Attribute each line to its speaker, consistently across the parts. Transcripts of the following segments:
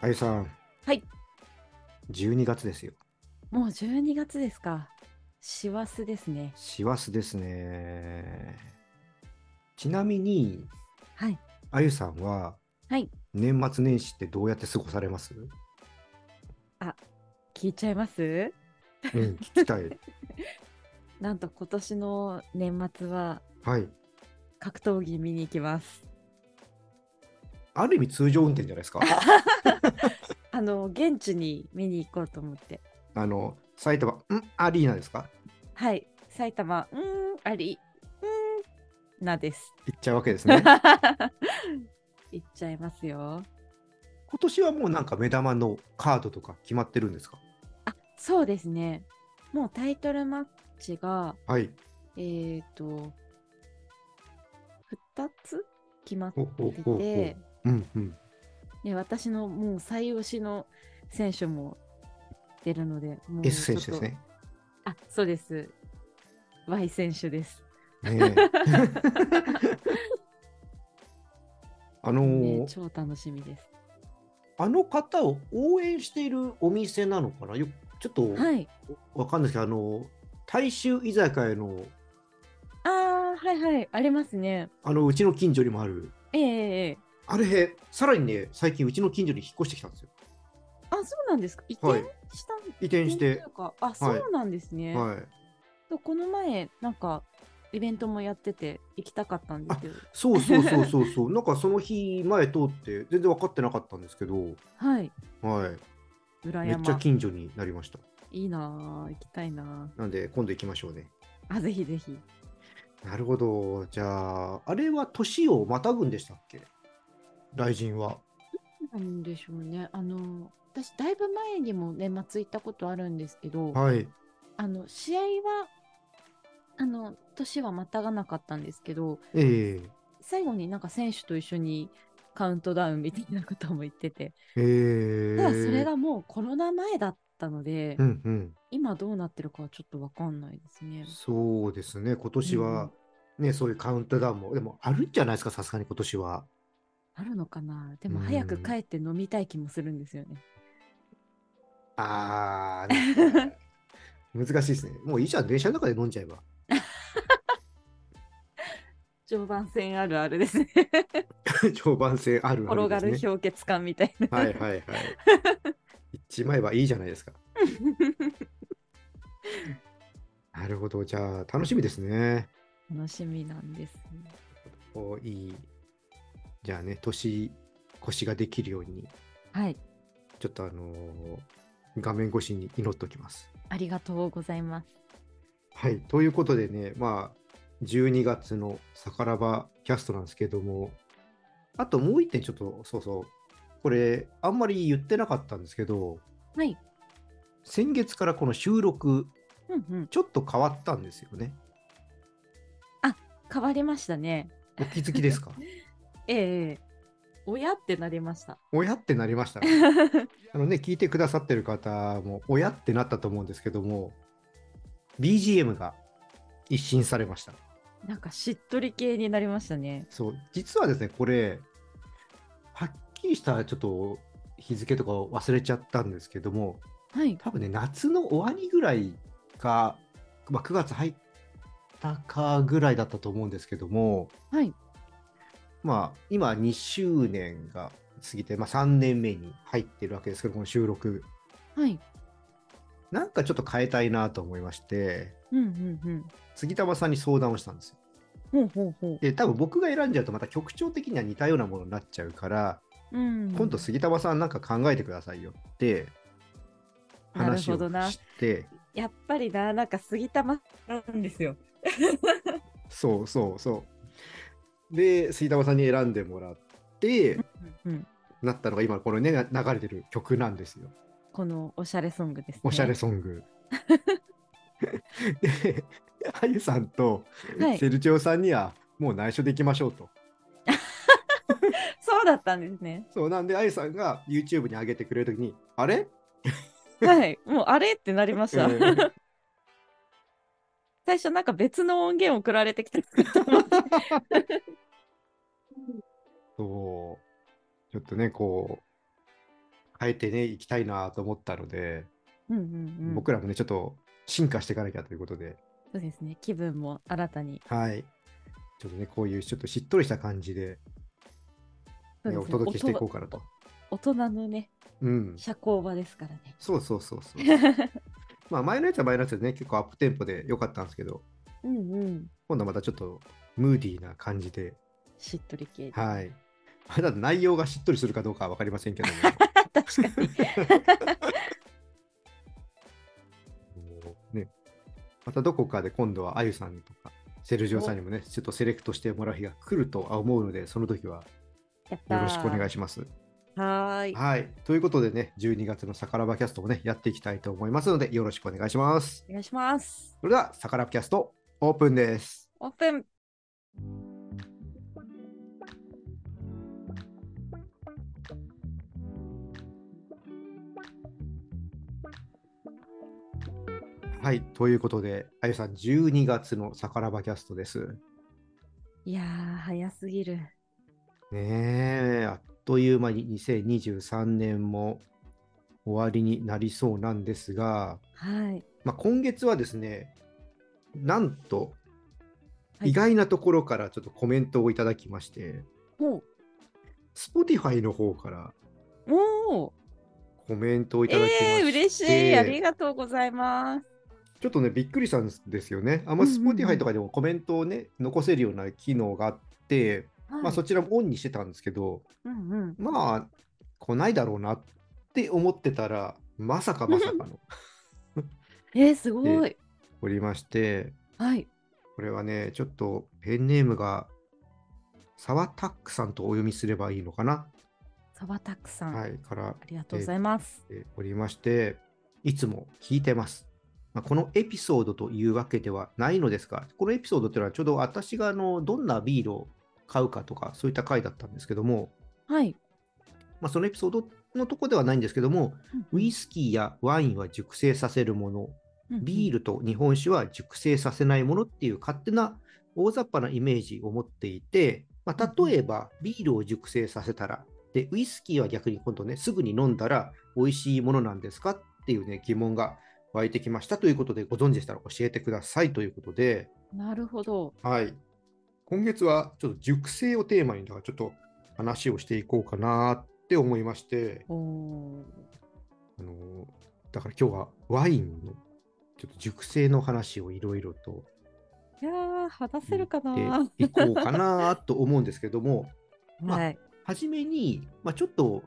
Speaker 1: あゆさん、
Speaker 2: はい。
Speaker 1: 12月ですよ。
Speaker 2: もう12月ですか。師走ですね。
Speaker 1: 師走ですね。ちなみに、
Speaker 2: はい。
Speaker 1: あゆさんは
Speaker 2: はい。
Speaker 1: 年末年始ってどうやって過ごされます
Speaker 2: 聞いちゃいます
Speaker 1: うん、聞きたい。
Speaker 2: なんと今年の年末は
Speaker 1: はい。
Speaker 2: 格闘技見に行きます。
Speaker 1: ある意味通常運転じゃないです か。
Speaker 2: あの、現地に見に行こうと思って。
Speaker 1: あの、埼玉、んアリーナですか
Speaker 2: はい。埼玉、うーん、あり、うーん、な です。
Speaker 1: 行っちゃうわけです ね。
Speaker 2: 行っちゃいますよ。
Speaker 1: 今年はもうなんか目玉のカードとか決まってるんですか
Speaker 2: あ、そうですね。もうタイトルマッチが、
Speaker 1: はい。
Speaker 2: えっ、ー、と、2つ決まっ
Speaker 1: ほ
Speaker 2: て
Speaker 1: うほうほうほう
Speaker 2: て、
Speaker 1: うんうん。
Speaker 2: ね、私のもう最推しの選手も出るので、もう
Speaker 1: S 選手
Speaker 2: ち
Speaker 1: で
Speaker 2: ょっ
Speaker 1: す
Speaker 2: と。
Speaker 1: ね。
Speaker 2: あ、そうです。Y 選手です。
Speaker 1: ね えあのー
Speaker 2: ね、超楽しみです。
Speaker 1: あの方を応援しているお店なのかなよちょっと
Speaker 2: はい。
Speaker 1: わかんないですけど、あの大衆居酒屋の
Speaker 2: ああ、はいはい、ありますね。
Speaker 1: あのうちの近所にもある
Speaker 2: ええええ
Speaker 1: あれさらにね最近うちの近所に引っ越してきたんですよ
Speaker 2: あ、そうなんですか。移転
Speaker 1: はい
Speaker 2: した、ん
Speaker 1: 移転し
Speaker 2: 移転
Speaker 1: て
Speaker 2: というかあ、そうなんですね。
Speaker 1: はい
Speaker 2: とこの前、なんか、イベントもやってて、行きたかったんですけど、
Speaker 1: そうそうそうそうそう なんかその日前通って全然分かってなかったんですけど
Speaker 2: はい。
Speaker 1: はい
Speaker 2: 裏
Speaker 1: めっちゃ
Speaker 2: 山。
Speaker 1: 近所になりました
Speaker 2: いいなあ行きたいな
Speaker 1: なんで今度行きましょうね
Speaker 2: ああ、ぜひぜひ。
Speaker 1: なるほどじゃああれは年をまたぐんでしたっけ雷神は
Speaker 2: なんでしょうね。あの私だいぶ前にも年末行ったことあるんですけど、
Speaker 1: はい
Speaker 2: あの試合はあの年はまたがなかったんですけど、
Speaker 1: え
Speaker 2: 最後になんか選手と一緒にカウントダウンみたいなことも言ってて、
Speaker 1: えええ
Speaker 2: ただそれがもうコロナ前だったので、
Speaker 1: うんうん
Speaker 2: 今どうなってるかはちょっとわかんないですね。
Speaker 1: そうですね、今年は、ね、そういうカウントダウンも、でもあるんじゃないですか、さすがに今年は。
Speaker 2: あるのかな。で
Speaker 1: う
Speaker 2: も
Speaker 1: ん
Speaker 2: 早く帰って飲みたい気もするんですよね。
Speaker 1: あー、なんか難しいですね。もういいじゃん、電車の中で飲んじゃえば。
Speaker 2: 常磐線あるあるですね。
Speaker 1: 常磐線あるあ
Speaker 2: 転が
Speaker 1: る
Speaker 2: る
Speaker 1: ですね。
Speaker 2: 氷結感みたいな。
Speaker 1: はいはいはい。行っちまえばいいじゃないですか。なるほど、じゃあ楽しみですね。
Speaker 2: 楽しみなんです、ね。
Speaker 1: おいい。じゃあね、年越しができるように、
Speaker 2: はい。
Speaker 1: ちょっとあのー画面越しに祈っておきます。
Speaker 2: ありがとうございます。
Speaker 1: はい、ということでね、まあ、12月のさからばキャストなんですけども、あともう一点ちょっと、そうそう、これ、あんまり言ってなかったんですけど、
Speaker 2: はい。
Speaker 1: 先月からこの収録、
Speaker 2: うんうん。
Speaker 1: ちょっと変わったんですよね。
Speaker 2: 変わりましたね。
Speaker 1: お気づきですか
Speaker 2: ええ親ってなりました。
Speaker 1: 親ってなりましたね、あのね、聞いてくださってる方も、親ってなったと思うんですけども、BGM が一新されました。
Speaker 2: なんかしっとり系になりましたね。
Speaker 1: そう、実はですね、これ、はっきりしたちょっと日付とか忘れちゃったんですけども、
Speaker 2: はい。
Speaker 1: 多分ね、夏の終わりぐらいか、まあ、9月入ったかぐらいだったと思うんですけども、
Speaker 2: はい。
Speaker 1: まあ、今、2周年が過ぎて、まあ、3年目に入ってるわけですけど、この収録、
Speaker 2: はい。
Speaker 1: なんかちょっと変えたいなと思いまして、
Speaker 2: うんうん
Speaker 1: 杉玉さんに相談をしたんですよ。
Speaker 2: うん。ほうほうほ
Speaker 1: で、多分僕が選んじゃうと、また曲調的には似たようなものになっちゃうから、
Speaker 2: う。うん。
Speaker 1: 今度杉玉さんなんか考えてくださいよって話を
Speaker 2: なるほどな
Speaker 1: して
Speaker 2: やっぱりな、なんか杉玉なんですよ。
Speaker 1: そうそうそうで杉玉さんに選んでもらって
Speaker 2: うんうん。
Speaker 1: なったのが今このね流れてる曲なんですよ
Speaker 2: このおしゃれソングですね。
Speaker 1: おしゃれソング、 であゆさんと
Speaker 2: はい
Speaker 1: セルチオさんにはもう内緒でいきましょうと、
Speaker 2: そうだったんですね。
Speaker 1: そうなんであゆさんが YouTube に上げてくれる時にあれ
Speaker 2: はい。もうあれってなりました。
Speaker 1: えー
Speaker 2: 最初なんか別の音源送られてきたと思って。
Speaker 1: そうちょっとねこう変えてね、行きたいなと思ったので、
Speaker 2: うんうんうん、
Speaker 1: 僕らもね、ちょっと進化していかなきゃということで、
Speaker 2: そうですね気分も新たに
Speaker 1: はい。ちょっとね、こういうちょっとしっとりした感じで、
Speaker 2: そう
Speaker 1: ね、
Speaker 2: です
Speaker 1: お
Speaker 2: ね
Speaker 1: 届けしていこうかなと。
Speaker 2: 大人のね
Speaker 1: うん。
Speaker 2: 社交場ですからね
Speaker 1: そうそうそうそう。 まあ、前のやつは前のやつでね、結構アップテンポで良かったんですけど、
Speaker 2: うんうん
Speaker 1: 今度はまたちょっとムーディーな感じで、
Speaker 2: しっとり系で
Speaker 1: はい。まだ内容がしっとりするかどうかは分かりませんけども。
Speaker 2: 確かに
Speaker 1: もうね、またどこかで今度はあゆさんとか、セルジオさんにもね、ちょっとセレクトしてもらう日が来るとは思うので、その時は
Speaker 2: やった
Speaker 1: よろしくお願い
Speaker 2: し
Speaker 1: します。
Speaker 2: ますはーい
Speaker 1: はい。ということでね、12月のサカラバキャストもね、やっていきたいと思いますので、よろしくお願いします。
Speaker 2: お願いします
Speaker 1: それでは、サカラバキャスト、オープンです。
Speaker 2: オープン
Speaker 1: はい、ということで、あゆさん、12月のさからばキャストです。
Speaker 2: いやー早すぎる
Speaker 1: ねえ、あっという間に2023年も終わりになりそうなんですが、
Speaker 2: はい
Speaker 1: まあ、今月はですね、なんと、
Speaker 2: はい
Speaker 1: 意外なところからちょっとコメントをいただきまして、
Speaker 2: お
Speaker 1: Spotify の方から
Speaker 2: おー
Speaker 1: コメントをいただきまして、
Speaker 2: えー、嬉しいありがとうございます
Speaker 1: ちょっとね、びっくりしたんですよね。あんま
Speaker 2: うんうんうん
Speaker 1: Spotify とかでもコメントをね、残せるような機能があって、ま
Speaker 2: は
Speaker 1: あ、
Speaker 2: い
Speaker 1: そちらもオンにしてたんですけど、
Speaker 2: うんうん
Speaker 1: まあ、来ないだろうなって思ってたら、まさかまさか の
Speaker 2: えー、すごい
Speaker 1: おりまして、
Speaker 2: はい
Speaker 1: これはね、ちょっとペンネームが、沢タックさんとお読みすればいいのかな、
Speaker 2: サバタクさん、
Speaker 1: はい、から
Speaker 2: ありがとうございます
Speaker 1: えーおりまして、いつも聞いてます。まあ、このエピソードというわけではないのですが、このエピソードというのはちょうど私があのどんなビールを買うかとか、そういった回だったんですけども、
Speaker 2: はい
Speaker 1: まあ、そのエピソードのとこではないんですけども、ウイ
Speaker 2: ス
Speaker 1: スキーやワインは熟成させるもの、ビー
Speaker 2: ル
Speaker 1: ルと日本酒は熟成させないものっていう勝手な大雑把なイメージを持っていて、まあ、例えばビールを熟成させたら、でウイスキーは逆に今度ね、すぐに飲んだら美味しいものなんですかっていうね、疑問が湧いてきましたということで、ご存知でしたら教えてくださいということで、
Speaker 2: なるほど
Speaker 1: はい。今月はちょっと熟成をテーマに、だからちょっと話をしていこうかなって思いまして、
Speaker 2: おお
Speaker 1: あのーだから今日はワインのちょっと熟成の話をいろいろと
Speaker 2: いやー話せるかな、
Speaker 1: でいこうかなと思うんですけども、まあ
Speaker 2: はい
Speaker 1: 初めに、まあ、ちょっと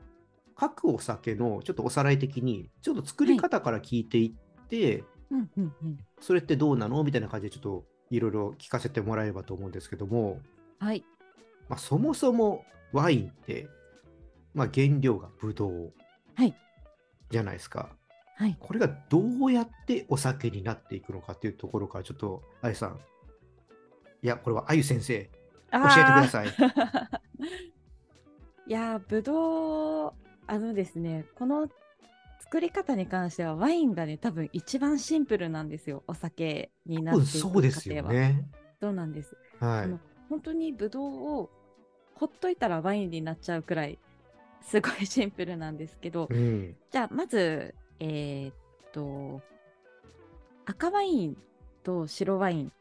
Speaker 1: 各お酒のちょっとおさらい的に、ちょっと作り方から聞いていって、
Speaker 2: うんうんうん
Speaker 1: それってどうなのみたいな感じでちょっといろいろ聞かせてもらえればと思うんですけども、
Speaker 2: はい
Speaker 1: まあ、そもそもワインって、まあ、原料がブドウ
Speaker 2: はい
Speaker 1: じゃないですか。
Speaker 2: はい
Speaker 1: これがどうやってお酒になっていくのかっていうところからちょっとあゆさんいやこれはあゆ先生
Speaker 2: 教
Speaker 1: 教えてください。
Speaker 2: いやーぶどうあのですねこの作り方に関してはワインがね多分一番シンプルなんですよお酒になっ
Speaker 1: うん
Speaker 2: ていく過
Speaker 1: そう
Speaker 2: 程
Speaker 1: ですよ
Speaker 2: は、
Speaker 1: ね。
Speaker 2: そうなんです
Speaker 1: は
Speaker 2: あの本当にぶどうをほっといたらワインになっちゃうくらいすごいシンプルなんですけど
Speaker 1: い。うん。
Speaker 2: じゃあまずえーっと赤ワインと白ワイン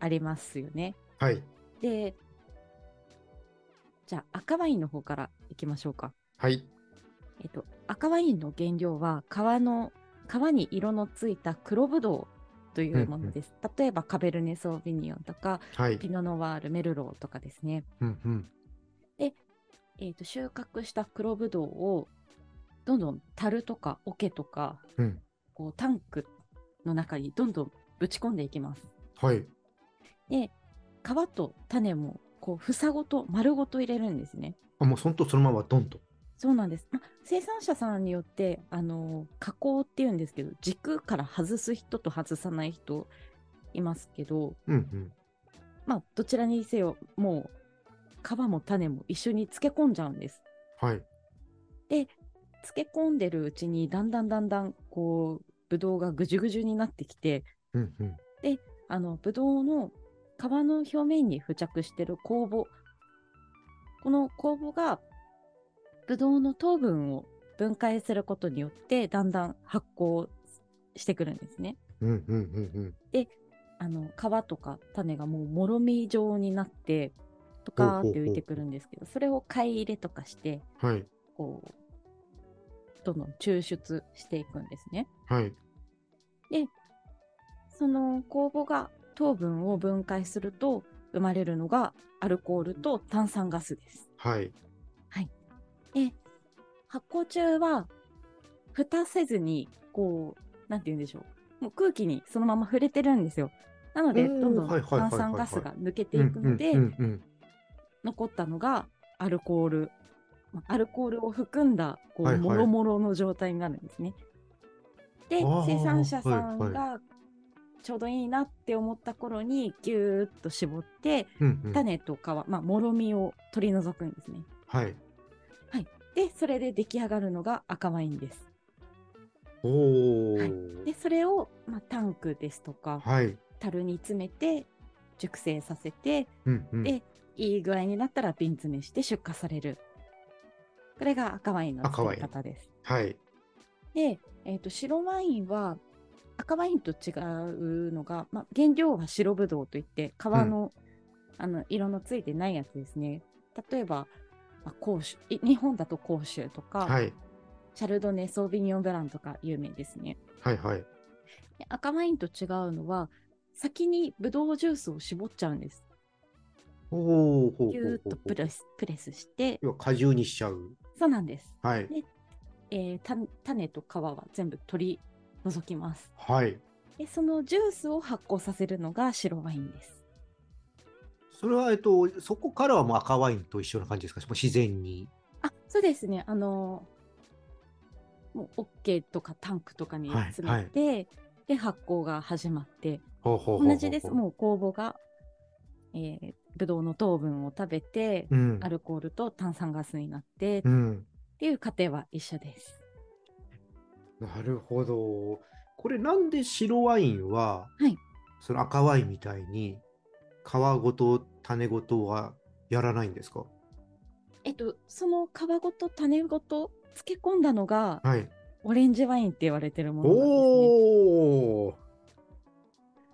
Speaker 2: ありますよね
Speaker 1: はい。
Speaker 2: でじゃあ赤ワインの方からいきましょうか
Speaker 1: はい。
Speaker 2: えっと、赤ワインの原料は皮の皮に色のついた黒ぶどうというものです。例えばカベルネ・ソーヴィニヨンとか
Speaker 1: はい
Speaker 2: ピ。ノ・ノワール・メルローとかですね。
Speaker 1: うんうん。
Speaker 2: えっと収穫した黒ぶどうをどんどん樽とか桶とか
Speaker 1: うん。
Speaker 2: こうタンクの中にどんどんぶち込んでいきます。
Speaker 1: はい。
Speaker 2: で皮と種もこう房ごと丸ごと入れるんですね。
Speaker 1: あもう本当そのままドンと。
Speaker 2: そうなんです、まあ生産者さんによってあの加工っていうんですけど軸から外す人と外さない人いますけど、
Speaker 1: うんうん。
Speaker 2: まあ、どちらにせよもう皮も種も一緒に漬け込んじゃうんです
Speaker 1: はい。
Speaker 2: 漬け込んでるうちにだんだんだんだんこうぶどうがぐじゅぐじゅになってきて
Speaker 1: うんうん。
Speaker 2: あのぶどうの皮の表面に付着してる酵母この酵母がぶどうの糖分を分解することによってだんだん発酵してくるんですね。
Speaker 1: うんうんうん
Speaker 2: あの皮とか種がもうもろみ状になってとかーって浮いてくるんですけどそれを買い入れとかして
Speaker 1: うん。はい。
Speaker 2: こうどんどん抽出していくんですね。
Speaker 1: はい。
Speaker 2: その酵母が糖分を分解すると生まれるのがアルコールと炭酸ガスです。
Speaker 1: はい。
Speaker 2: で発酵中は蓋せずにこうなんて言うんでしょうもう空気にそのまま触れてるんですよ。なので
Speaker 1: う
Speaker 2: ど
Speaker 1: ん
Speaker 2: んど
Speaker 1: はい
Speaker 2: ん
Speaker 1: はいはいはいはい
Speaker 2: 炭酸ガスが抜けて
Speaker 1: う
Speaker 2: い
Speaker 1: ん
Speaker 2: く
Speaker 1: う
Speaker 2: の
Speaker 1: ん
Speaker 2: で
Speaker 1: うんうん
Speaker 2: 残ったのがアルコールまあアルコールを含んだこ
Speaker 1: はいうはい
Speaker 2: もろもろの状態になるんですね。
Speaker 1: あ
Speaker 2: で
Speaker 1: ー
Speaker 2: 生産者さん
Speaker 1: はい
Speaker 2: がちょうどいいなって思った頃にギューッと絞って
Speaker 1: うんうん。
Speaker 2: 種と皮、まあ、もろみを取り除くんですね。
Speaker 1: はい。
Speaker 2: でそれで出来上がるのが赤ワインです。
Speaker 1: お
Speaker 2: は
Speaker 1: ー。
Speaker 2: でそれを、まあ、タンクですとか
Speaker 1: はい。
Speaker 2: 樽に詰めて熟成させて
Speaker 1: うんうん。
Speaker 2: でいい具合になったら瓶詰めして出荷される。これが赤ワインの
Speaker 1: 赤
Speaker 2: 作
Speaker 1: ワイン
Speaker 2: り方です。
Speaker 1: はい。
Speaker 2: で、えーと、白ワインは赤ワインと違うのが、まあ、原料は白ぶどうといって皮の,、あの色のついてないやつですね。例えば、まあ、甲州い日本だと甲州とか、
Speaker 1: はい。
Speaker 2: シャルドネ・ソービニョン・ブランとか有名ですね。
Speaker 1: はいはい。
Speaker 2: で赤ワインと違うのは先にぶどうジュースを絞っちゃうんです。
Speaker 1: おー。ほうほうほうほう
Speaker 2: ぎゅーっとプレスプレスして
Speaker 1: 要は果汁にしちゃう。
Speaker 2: そうなんです。
Speaker 1: はい。
Speaker 2: えーた種と皮は全部取り除きます
Speaker 1: はい。
Speaker 2: でそのジュースを発酵させるのが白ワインです
Speaker 1: それは、えっと、そこからはもう赤ワインと一緒な感じですかもう自然に。
Speaker 2: あそうですねあのーもうオッケーとかタンクとかに
Speaker 1: はい
Speaker 2: 詰めて、で発酵が始まって
Speaker 1: ほうほうほうほう
Speaker 2: 同じですもう酵母が、えー、ブドウの糖分を食べて
Speaker 1: う。うん
Speaker 2: ア。ルコールと炭酸ガスになってっ
Speaker 1: うん。
Speaker 2: ていう過程は一緒です
Speaker 1: なるほど。これなんで白ワインは、
Speaker 2: はい
Speaker 1: その赤ワインみたいに皮ごと種ごとはやらないんですか
Speaker 2: えっとその皮ごと種ごと漬け込んだのが
Speaker 1: はい。
Speaker 2: オレンジワインって言われてるものなんですね。
Speaker 1: おー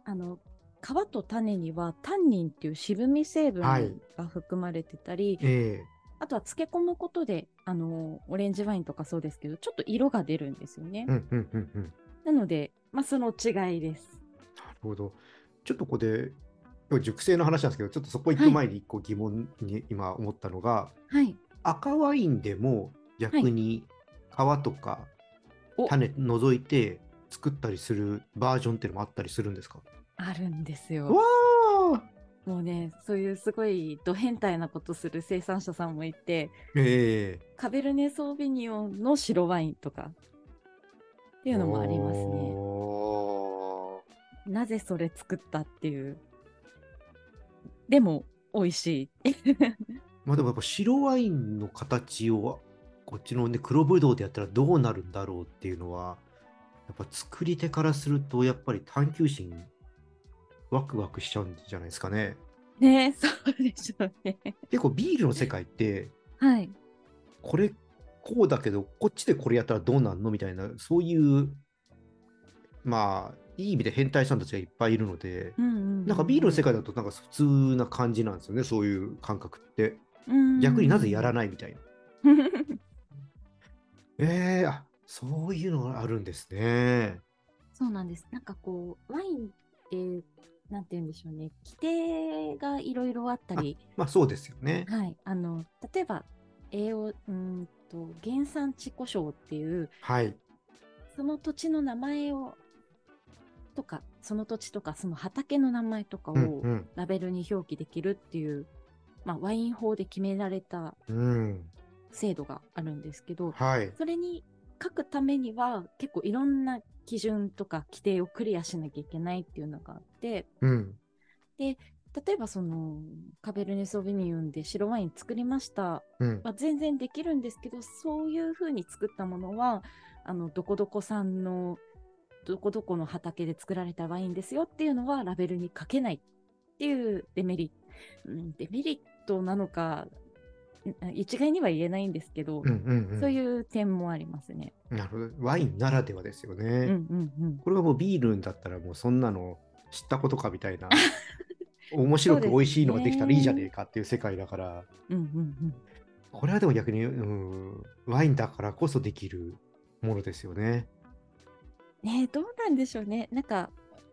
Speaker 2: あの皮と種にはタンニンっていう渋み成分
Speaker 1: はい
Speaker 2: が含まれてたり、
Speaker 1: え
Speaker 2: あとは漬け込むことであのオレンジワインとかそうですけどちょっと色が出るんですよね
Speaker 1: え。うんうんうんうん。なる
Speaker 2: なので、まあ、その違いです。
Speaker 1: ほど。ちょっとここで、今日熟成の話なんですけど、ちょっとそこ行く前に一個疑問に今思ったのが、
Speaker 2: はい、
Speaker 1: 赤ワインでも逆に皮とか
Speaker 2: お
Speaker 1: 種除いて作ったりするバージョンっていうのもあったりするんですか
Speaker 2: あるんです
Speaker 1: わ
Speaker 2: よ。
Speaker 1: あ
Speaker 2: もうねそういうすごいド変態なことする生産者さんもいて
Speaker 1: ええ
Speaker 2: カベルネ・ソービニオンの白ワインとかっていうのもありますね。
Speaker 1: お
Speaker 2: なぜそれ作ったっていう。でも、美味しい。
Speaker 1: ーまあでもやっぱ白ワインの形をこっちのね黒ぶどうでやったらどうなるんだろうっていうのはやっぱ作り手からするとやっぱり探求心ワクワクしちゃうんじゃないですかね
Speaker 2: ねそうでしょうね。
Speaker 1: 結構ビールの世界って
Speaker 2: はい。
Speaker 1: これこうだけどこっちでこれやったらどうなんのみたいなそういうまあいい意味で変態さんたちがいっぱいいるので、
Speaker 2: うんうんうん
Speaker 1: なんかビールの世界だとなんか普通な感じなんですよねそういう感覚って
Speaker 2: うん
Speaker 1: 逆になぜやら
Speaker 2: な
Speaker 1: な
Speaker 2: い
Speaker 1: いみたいな、 えー、あそういうのがあるんですね
Speaker 2: そうなんです。なんかこう、ワインって、なんて言うんでしょうね。規定がいろいろあったり、
Speaker 1: まあそうですよね
Speaker 2: はい。あの、例えば、栄養、うーんと、原産地故障っていう、
Speaker 1: はい
Speaker 2: その土地の名前を、とか、その土地とか、その畑の名前とかを、
Speaker 1: うんうん
Speaker 2: ラベルに表記できるっていう、まあ、ワイン法で決められた
Speaker 1: うん
Speaker 2: 制度があるんですけど
Speaker 1: はい
Speaker 2: それに書くためには結構いろんな基準とか規定をクリアしなきゃいけないっていうのがあって
Speaker 1: うん
Speaker 2: 例えばそのカベルネ・ソービニウンで白ワイン作りました
Speaker 1: うん
Speaker 2: は全然できるんですけどそういう風に作ったものはあのどこどこさんのどこどこの畑で作られたワインですよっていうのはラベルに書けないっていうデメリ,、うん、デメリットなのかあ一概には言えないんですけど、
Speaker 1: うんうんうん、
Speaker 2: そういう点もありますね。
Speaker 1: なるほど。ワインならではですよね。
Speaker 2: うんうんうん。
Speaker 1: これはもうビールだったらもうそんなの知ったことかみたい な面白く美味しいのができたらいいじゃねえかっていう世界だから、
Speaker 2: うんうん
Speaker 1: これはでも逆に、うん、ワインだからこそできるものですよね。
Speaker 2: うん。ねえどうなんでしょうね。なんか、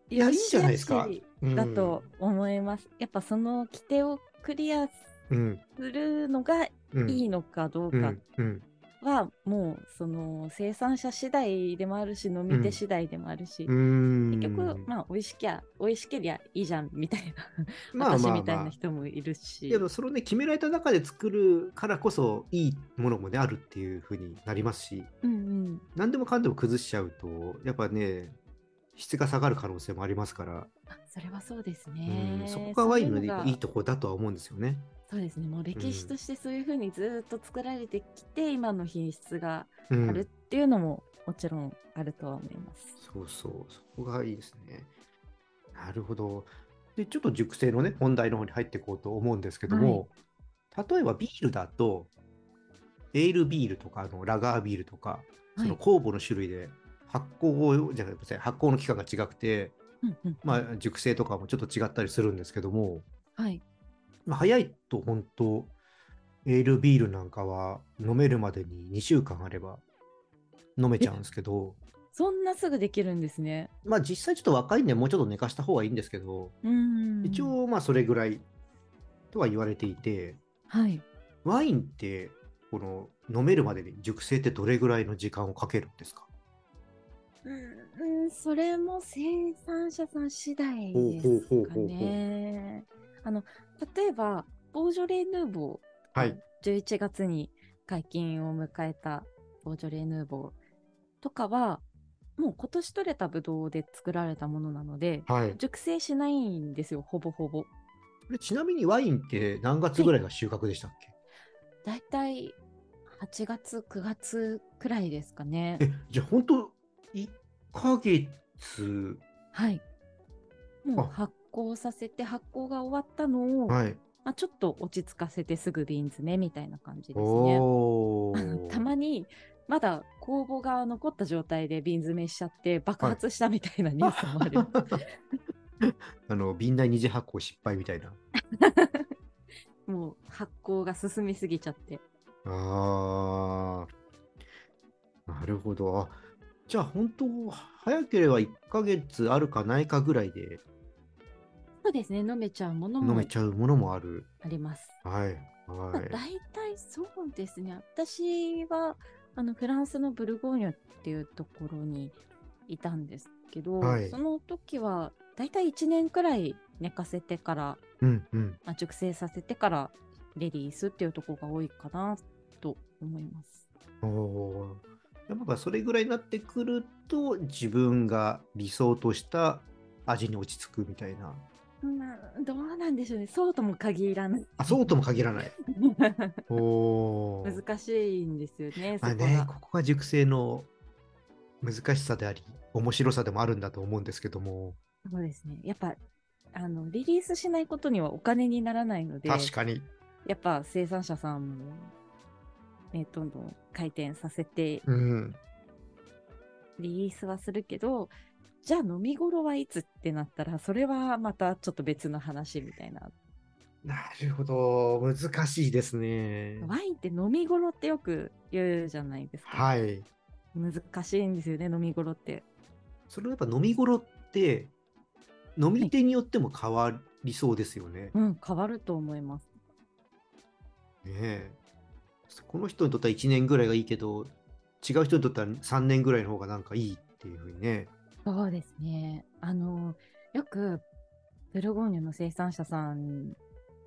Speaker 1: いやいいんじゃないですか
Speaker 2: 良し悪し
Speaker 1: うん
Speaker 2: だと思います。やっぱその規定をクリアす
Speaker 1: うん
Speaker 2: るのがい
Speaker 1: うん
Speaker 2: いのかどう
Speaker 1: う
Speaker 2: か
Speaker 1: んうん
Speaker 2: は、もうその生産者次第でもあるし、飲み手次第でもあるし、
Speaker 1: うん
Speaker 2: 結局、まあ、美味しきゃ、美味しけりゃいいじゃんみたいな、
Speaker 1: まあ
Speaker 2: 私
Speaker 1: まあ
Speaker 2: みたい
Speaker 1: ま
Speaker 2: な
Speaker 1: あ。
Speaker 2: 人もいるし。
Speaker 1: けどそれをね決められた中で作るからこそいいものもねあるっていう風になりますし
Speaker 2: うんうん。
Speaker 1: 何でもかんでも崩しちゃうとやっぱね質が下がる可能性もありますから、
Speaker 2: あそれはそうです
Speaker 1: う
Speaker 2: ね
Speaker 1: ん。そこがワイン
Speaker 2: そういう
Speaker 1: の
Speaker 2: が
Speaker 1: いいとこだとは思うんですよね。
Speaker 2: そうですね。もう歴史としてそういうふうにずっと作られてきて、今の品質が
Speaker 1: う
Speaker 2: あ
Speaker 1: ん
Speaker 2: るっていうのももちろんあるとは思います。
Speaker 1: そうそう、そこがいいですね。なるほど。で、ちょっと熟成のね、本題の方に入っていこうと思うんですけども、例えばビールだと、エールビールとか、あのラガービールとか、その
Speaker 2: はい
Speaker 1: 酵母の種類で、発酵をじゃなくて、発酵の期間が違くて、
Speaker 2: うんうん
Speaker 1: まあ、熟成とかもちょっと違ったりするんですけども、
Speaker 2: はい。
Speaker 1: まあ、早いと本当、エールビールなんかは飲めるまでに2週間あれば飲めちゃうんですけど、
Speaker 2: そんなすぐできるんですね。
Speaker 1: まあ実際ちょっと若いんでもうちょっと寝かした方がいいんですけど、
Speaker 2: うん。
Speaker 1: 一。応まあそれぐらいとは言われていて、
Speaker 2: はい。
Speaker 1: ワインってこの飲めるまでに熟成ってどれぐらいの時間をかけるんですか
Speaker 2: うん、うんそれも生産者さん次第
Speaker 1: ほう
Speaker 2: で
Speaker 1: ほうほう
Speaker 2: すか
Speaker 1: ほうほう
Speaker 2: ね。あの、例えば、ボージョレ・ヌーボー。
Speaker 1: はい。
Speaker 2: 11月に解禁を迎えたボージョレ・ヌーボーとかはもう今年取れたブドウで作られたものなので
Speaker 1: はい。
Speaker 2: 熟成しないんですよほぼほぼ
Speaker 1: これちなみにワインって何月ぐらいが収穫でしたっけ、
Speaker 2: だいたい8月9月くらいですかね
Speaker 1: え、じゃあ本当1ヶ月。
Speaker 2: はいもう
Speaker 1: あ
Speaker 2: 発酵させて発酵が終わったのを、
Speaker 1: はい。
Speaker 2: まあ、ちょっと落ち着かせてすぐ瓶詰めみたいな感じですね
Speaker 1: お ー
Speaker 2: たまにまだ酵母が残った状態で瓶詰めしちゃって爆発したみたいなニュースもあ る、
Speaker 1: あの、瓶内二次発酵失敗みたいな。
Speaker 2: もう発酵が進みすぎちゃって。
Speaker 1: ああ、なるほど。あじゃあ本当、早ければ1ヶ月あるかないかぐらいで
Speaker 2: そうですね、飲めちゃうもの
Speaker 1: 飲
Speaker 2: も
Speaker 1: めちゃうものもある。
Speaker 2: あります。
Speaker 1: はい、
Speaker 2: まあ、
Speaker 1: はい。
Speaker 2: 大体そうですね、私はあのフランスのブルゴーニュっていうところにいたんですけど、
Speaker 1: はい
Speaker 2: その時は大体1年くらい寝かせてから、
Speaker 1: うんうん。
Speaker 2: まあ、熟成させてからレディースっていうところが多いかなと思います。
Speaker 1: おおー。やっぱそれぐらいになってくると、自分が理想とした味に落ち着くみたいな。
Speaker 2: うん、どうなんでしょうね、そうとも限らない。
Speaker 1: あ、 そうとも限らない。おお。
Speaker 2: 難しいんですよね、そ
Speaker 1: まあ
Speaker 2: こが。
Speaker 1: ね、ここが熟成の難しさであり、面白さでもあるんだと思うんですけども、
Speaker 2: そうですね。やっぱ、あの、リリースしないことにはお金にならないので、
Speaker 1: 確かに。
Speaker 2: やっぱ生産者さんも、ね、どんどん回転させて、
Speaker 1: うん。
Speaker 2: リリースはするけど、じゃあ飲み頃はいつってなったら、それはまたちょっと別の話みたいな。
Speaker 1: なるほど、難しいですね。
Speaker 2: ワインって飲み頃ってよく言うじゃないですか。
Speaker 1: はい。
Speaker 2: 難しいんですよね、飲み頃って。
Speaker 1: それはやっぱ飲み頃って、飲み手によっても変わりそうですよね。
Speaker 2: うん、変わると思います。
Speaker 1: ねえこの人にとっては1年ぐらいがいいけど、違う人にとっては3年ぐらいの方がなんかいいっていうふうにね。
Speaker 2: そうですね。あの、よく、ブルゴーニュの生産者さん、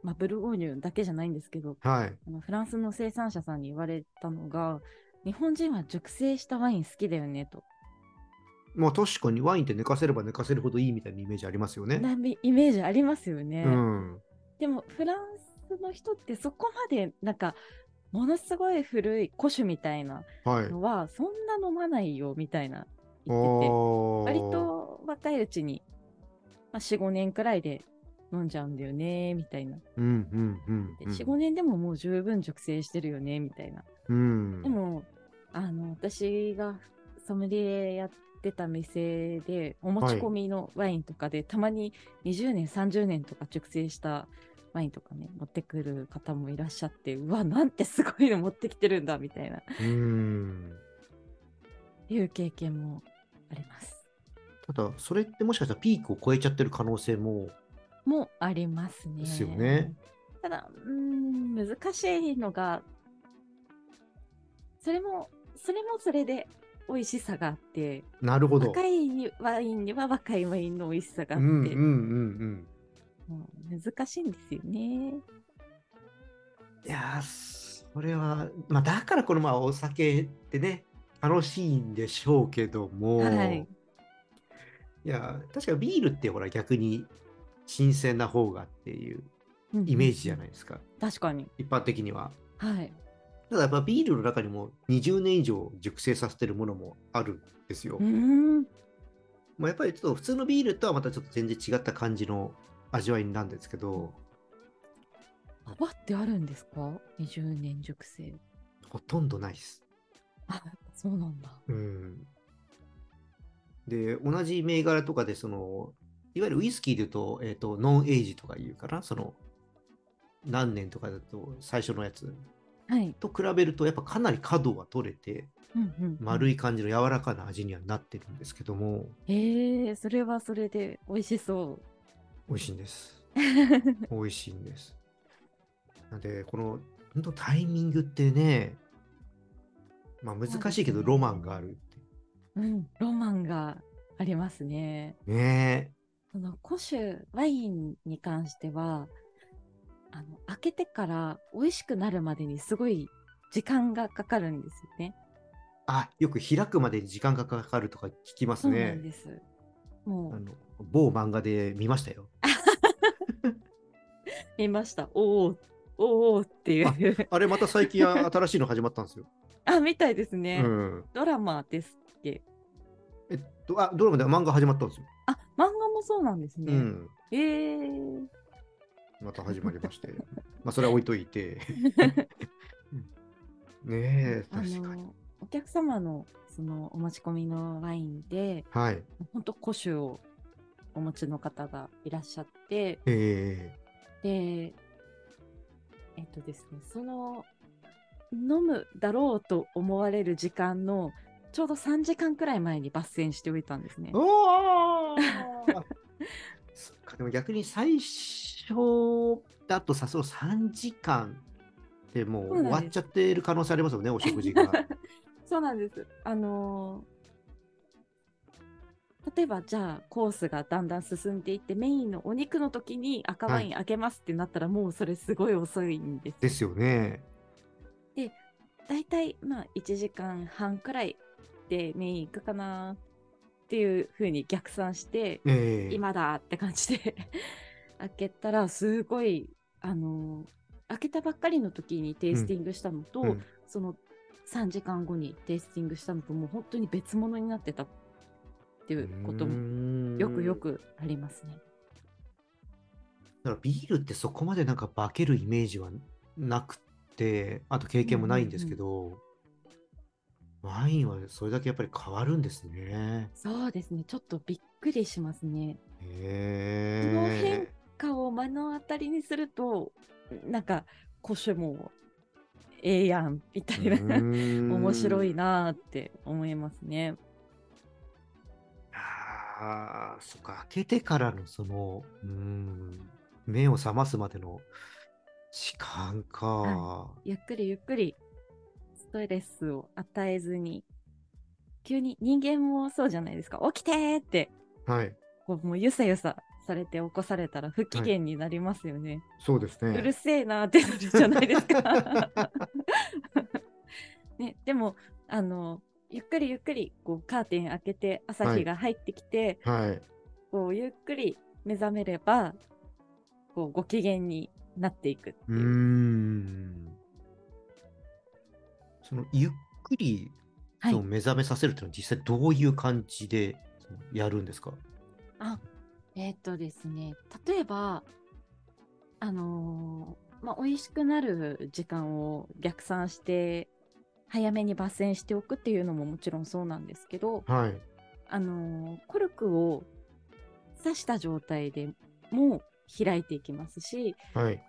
Speaker 2: まあ、ブルゴーニュだけじゃないんですけど、
Speaker 1: はい。
Speaker 2: あのフランスの生産者さんに言われたのが、日本人は熟成したワイン好きだよねと。
Speaker 1: まあ確かにワインって寝かせれば寝かせるほどいいみたいなイメージありますよね。
Speaker 2: なみイメージありますよね。
Speaker 1: うん。
Speaker 2: でも、フランスの人ってそこまで、なんか、ものすごい古い古酒みたいな
Speaker 1: はい。
Speaker 2: のは、そんな飲まないよみたいな言ってて、
Speaker 1: 割
Speaker 2: 割と若いうちに、まあ、4、5年くらいで飲んじゃうんだよね、みたいな。
Speaker 1: うんうんうん
Speaker 2: で
Speaker 1: うん。
Speaker 2: 4、5年でももう十分熟成してるよね、みたいな。
Speaker 1: うん。
Speaker 2: でも、あの、私がソムリエやってた店で、お持ち込みのワインとかで、たまに20年、30年とか熟成したワインとかね、持ってくる方もいらっしゃって、うわ、なんてすごいの持ってきてるんだ、みたいな、っ
Speaker 1: うん。
Speaker 2: ていう経験もあります。
Speaker 1: ただ、それってもしかしたらピークを超えちゃってる可能性も。
Speaker 2: もありますね。
Speaker 1: ですよね。
Speaker 2: ただ、うーん、難しいのが、それも、それもそれで美味しさがあって、
Speaker 1: なるほど。
Speaker 2: 若いワインには若いワインの美味しさがあ
Speaker 1: う
Speaker 2: って、
Speaker 1: んうんうん
Speaker 2: もう難しいんですよね。
Speaker 1: うん。いやー、それは、まあ、だからこのまあお酒ってね、楽しいんでしょうけども。
Speaker 2: はい。。
Speaker 1: いやー、確かビールってほら逆に新鮮な方がっていうイメージじゃないいですか。
Speaker 2: 確かに。
Speaker 1: 一般的には。
Speaker 2: はい。
Speaker 1: ただやっぱビールの中にも20年以上熟成させてるものもあるんですよ。
Speaker 2: うーん。
Speaker 1: まあ、やっぱりちょっと普通のビールとはまたちょっと全然違った感じの味わいなんですけど、
Speaker 2: 幅ってあるんですか ?20 年熟成。
Speaker 1: ほとんどないです。
Speaker 2: あ、そうなんだ。
Speaker 1: うん。で、同じ銘柄とかで、その、いわゆるウイスキーで言うと、えっ、と、ノンエイジとか言うかな、その、何年とかだと最初のやつ
Speaker 2: はい。
Speaker 1: と比べると、やっぱかなり角が取れて、
Speaker 2: うんうんうん、
Speaker 1: 丸
Speaker 2: い。
Speaker 1: い感じの柔らかな味にはなってるんですけども、
Speaker 2: えー、それはそれで美味しそう。
Speaker 1: 美味しいん です。美味しいんです。なんで、この、本当タイミングってね、まあ難しいけど、
Speaker 2: そうですね
Speaker 1: ロマンがあるっ
Speaker 2: うん。ロマンがありますね。
Speaker 1: て。ね
Speaker 2: その古酒ワインに関してはあの開けてから美味しくなるまでにすごい時間がかかるんですよね。
Speaker 1: え。あ、よく開くまでに時間がかかるとか聞きます
Speaker 2: そうな
Speaker 1: ね
Speaker 2: ん。です。も
Speaker 1: あ
Speaker 2: う
Speaker 1: の某漫画で見ましたよ。
Speaker 2: 見ました。おーおおおーっていう
Speaker 1: あれ、また最近 あ新しいの始まったんですよ。
Speaker 2: あみたいですね。
Speaker 1: うん。
Speaker 2: ドラマですっけ。
Speaker 1: えっと、あ、ドラマでは漫画始まったんですよ。
Speaker 2: あ漫画もそうなんですね。
Speaker 1: うん。
Speaker 2: えー、
Speaker 1: また始まりま して。まあ、それは置いといて。ねえ、
Speaker 2: あ
Speaker 1: 確かに。
Speaker 2: のお客様のそのお持ち込みのワインで
Speaker 1: はい。
Speaker 2: 本当古酒をお持ちの方がいらっしゃって。
Speaker 1: え
Speaker 2: で、えっとですね、その飲むだろうと思われる時間のちょうど3時間くらい前に抜栓しておいたんですね
Speaker 1: ー。。おーそっか、でも逆に最初だとさ、その3時間でもう
Speaker 2: そう
Speaker 1: 終
Speaker 2: な
Speaker 1: わ
Speaker 2: んです
Speaker 1: っちゃってる可能性ありますよね、お食事が。
Speaker 2: そうなんです。あのー例えばじゃあコースがだんだん進んでいってメインのお肉の時に赤ワイン開けますってなったらもうそれすごい遅いんです。
Speaker 1: ですよ ね。
Speaker 2: だいたいまあ1時間半くらいでメイン行くかなっていう風に逆算して
Speaker 1: ええ
Speaker 2: 今だって感じで 開けたらすごいあのー開けたばっかりの時にテイスティングしたのと、
Speaker 1: うん
Speaker 2: その3時間後にテイスティングしたのともう本当に別物になってたっていうことも
Speaker 1: も
Speaker 2: よくよくありますね。
Speaker 1: だからビールってそこまでなんか化けるイメージはなくて、あと経験もないんですけど、ワインはそれだけやっぱり変わるんですね。
Speaker 2: そうですねちょっとびっくりしますね。その変
Speaker 1: へ
Speaker 2: 顔を目の当たりにするとなんか古酒もええやんみた
Speaker 1: え。
Speaker 2: いな面白い
Speaker 1: な。
Speaker 2: なーって思いますね。
Speaker 1: あーそっか、開けてからのその、うーん、目を覚ますまでの時間か。
Speaker 2: はゆっくりゆっくりストレスを与えずに急に人間もそうじゃないですか起きてーって
Speaker 1: はい、
Speaker 2: こうもうゆさゆさされて起こされたら不機嫌になりますよね、
Speaker 1: そうですね。
Speaker 2: うるせえなーってなるじゃないですか、 ね、でもあのゆっくりゆっくりこうカーテン開けて朝日が入ってきて、
Speaker 1: はい。
Speaker 2: こうゆっくり目覚めればこうご機嫌になっていくって
Speaker 1: う
Speaker 2: い
Speaker 1: ー。
Speaker 2: うん
Speaker 1: そのゆっくり
Speaker 2: はい
Speaker 1: その目覚めさせるっていうのは実際どういう感じでそのやるんですか
Speaker 2: あえーっとですね例えばあのーまあ、美味しくなる時間を逆算して、早めに抜煎しておくっていうのももちろんそうなんですけど、
Speaker 1: はい。
Speaker 2: あのーコルクを刺した状態でも開いていきますし、
Speaker 1: はい。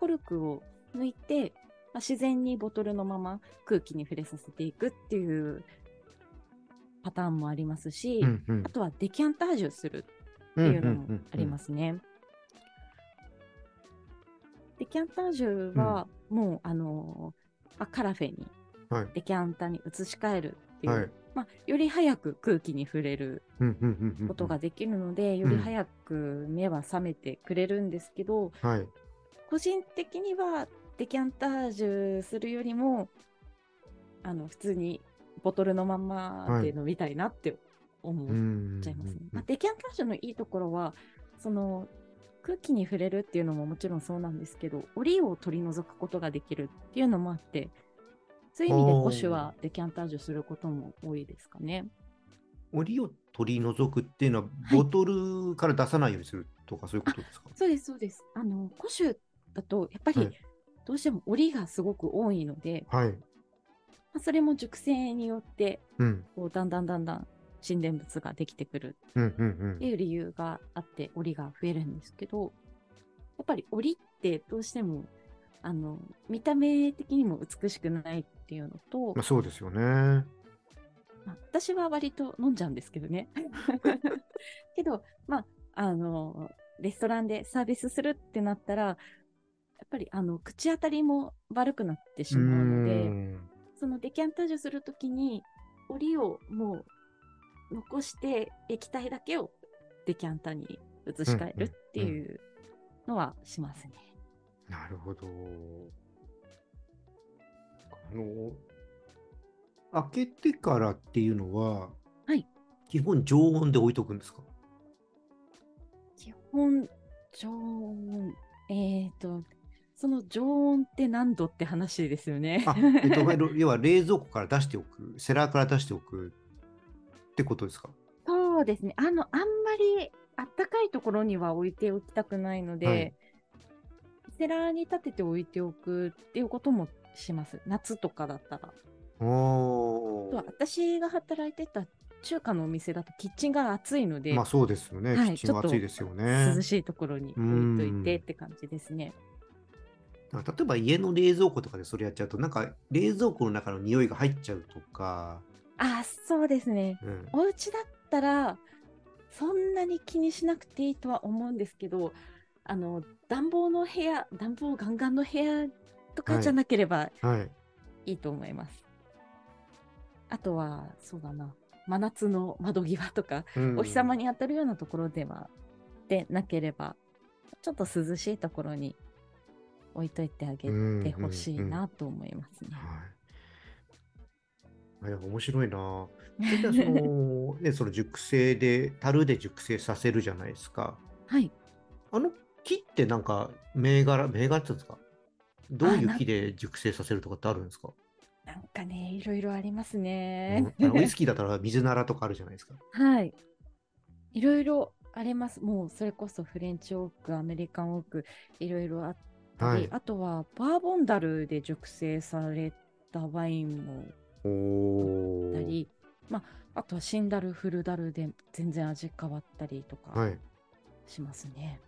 Speaker 2: コルクを抜いて、まあ自然にボトルのまま空気に触れさせていくっていうパターンもありますし、
Speaker 1: うんうん
Speaker 2: あとはデキャンタージュする
Speaker 1: う
Speaker 2: っ
Speaker 1: ん。
Speaker 2: ていうのもありますすね。デキャンタージュはもう、あのーまあカラフェに
Speaker 1: はい
Speaker 2: デキャンタに移し替えるっていう、
Speaker 1: はい。
Speaker 2: まあ、より早く空気に触れる
Speaker 1: うんうんうんうん
Speaker 2: ことができるので、より早く目は覚めてくれるんですけど、
Speaker 1: はい。
Speaker 2: 個人的にはデキャンタージュするよりもあの普通にボトルのまんまで飲みたいなって思う
Speaker 1: うん
Speaker 2: ちゃいますね。
Speaker 1: うん
Speaker 2: まあ、デキャンタージュのいいところは、その空気に触れるっていうのももちろんそうなんですけど、檻を取り除くことができるっていうのもあって、そういう意味で
Speaker 1: おー
Speaker 2: 保守はデキャンタージュすることも多いですかね。
Speaker 1: 檻を取り除くっていうのは、
Speaker 2: はい
Speaker 1: ボトルから出さないようにするとか、そういうことですか
Speaker 2: そうです、そうです。あの、保守だと、やっぱ
Speaker 1: は
Speaker 2: り
Speaker 1: い
Speaker 2: どうしても檻がすごく多いので、
Speaker 1: はい。
Speaker 2: まあ、それも熟成によって、
Speaker 1: うん。
Speaker 2: こうだんだんだんだん沈殿物ができてくる
Speaker 1: うんう
Speaker 2: っ
Speaker 1: ん
Speaker 2: ていう理由があって檻が増えるんですけどやっぱり檻ってどうしてもあの見た目的にも美しくないっていうのと
Speaker 1: まあ、、そうですよね。
Speaker 2: まあ私は割と飲んじゃうんですけ どねけどまああのレストランでサービスするってなったらやっぱりあの口当たりも悪くなってしまうので。
Speaker 1: ん
Speaker 2: そのデキャンタージュするときに、檻をもう残して液体だけをデキャンタに移し替えるっていうのはしますね。
Speaker 1: なるほど。あの、開けてからっていうのは、
Speaker 2: はい
Speaker 1: 基本常温で置いとくんですか
Speaker 2: 基本、常温。えっ、と、その常温って何度って話ですよね。
Speaker 1: あ、えっと、まあ要は冷蔵庫から出しておく、セラーから出しておくってことですか
Speaker 2: そうですね。あの、あんまりあったかいところには置いておきたくないので、
Speaker 1: はい
Speaker 2: セラーに立てて置いておくっていうこともします。夏とかだったら。
Speaker 1: お
Speaker 2: あとは私が働いてた中華のお店だとキッチンが暑いので、
Speaker 1: まあそうですよね。
Speaker 2: はい
Speaker 1: キッチンは
Speaker 2: ちょっと
Speaker 1: 暑いですよね
Speaker 2: 涼。しいところに置いといてって感じですね。
Speaker 1: なんか例えば家の冷蔵庫とかでそれやっちゃうと、なんか冷蔵庫の中の匂いが入っちゃうとか、
Speaker 2: あそうですね。
Speaker 1: うん、
Speaker 2: お家だったらそんなに気にしなくていいとは思うんですけどあの暖房の部屋暖房ガンガンの部屋とかじゃなければ
Speaker 1: はい。
Speaker 2: いいと思います。あとはそうだな真夏の窓際とか
Speaker 1: うん
Speaker 2: お日様に当たるようなところではでなければ、ちょっと涼しいところに置いといてあげてほしいなと思いますね。
Speaker 1: はい。いや、面白い な。それじゃあその、ね、その熟成で、樽で熟成させるじゃないですか。
Speaker 2: はい。
Speaker 1: あの木ってなんか、銘柄、銘柄って言うんですかどうい
Speaker 2: あな
Speaker 1: う木で熟成させるとかってあるんですか、
Speaker 2: なんかね、いろいろあります
Speaker 1: うん
Speaker 2: ね。
Speaker 1: あのウイスキーだったら水ならとかあるじゃないですか。
Speaker 2: はい。いろいろあります。もうそれこそフレンチオーク、アメリカンオーク、いろいろあったり、
Speaker 1: はい
Speaker 2: あとはバーボンダルで熟成されたワインも
Speaker 1: おお
Speaker 2: あったり、まあ、あとはシンダル、フルダルで全然味変わったりとか。
Speaker 1: はい。
Speaker 2: しますね。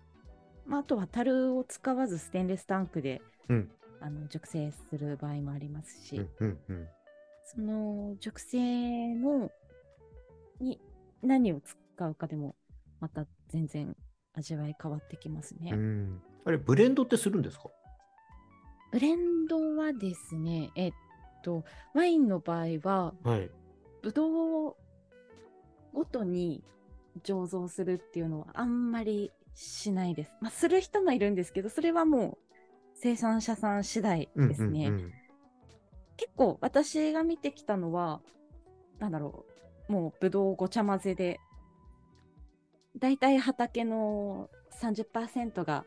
Speaker 2: まあ、あとは樽を使わずステンレスタンクで
Speaker 1: うん。
Speaker 2: あの熟成する場合もありますし、
Speaker 1: うんうんうん。
Speaker 2: その熟成のに何を使うかでもまた全然味わい変わってきますね。
Speaker 1: うん、あれ、ブレンドってするんですか
Speaker 2: ブレンドはですね、えっと、ワインの場合は
Speaker 1: はい。
Speaker 2: ブドウごとに醸造するっていうのはあんまりしないです。まあ、する人もいるんですけど、それはもう生産者さん次第
Speaker 1: うん
Speaker 2: ですね。
Speaker 1: うんうん
Speaker 2: 結構私が見てきたのは、なんだろう、もうブドウごちゃ混ぜで、だいたい畑の30%が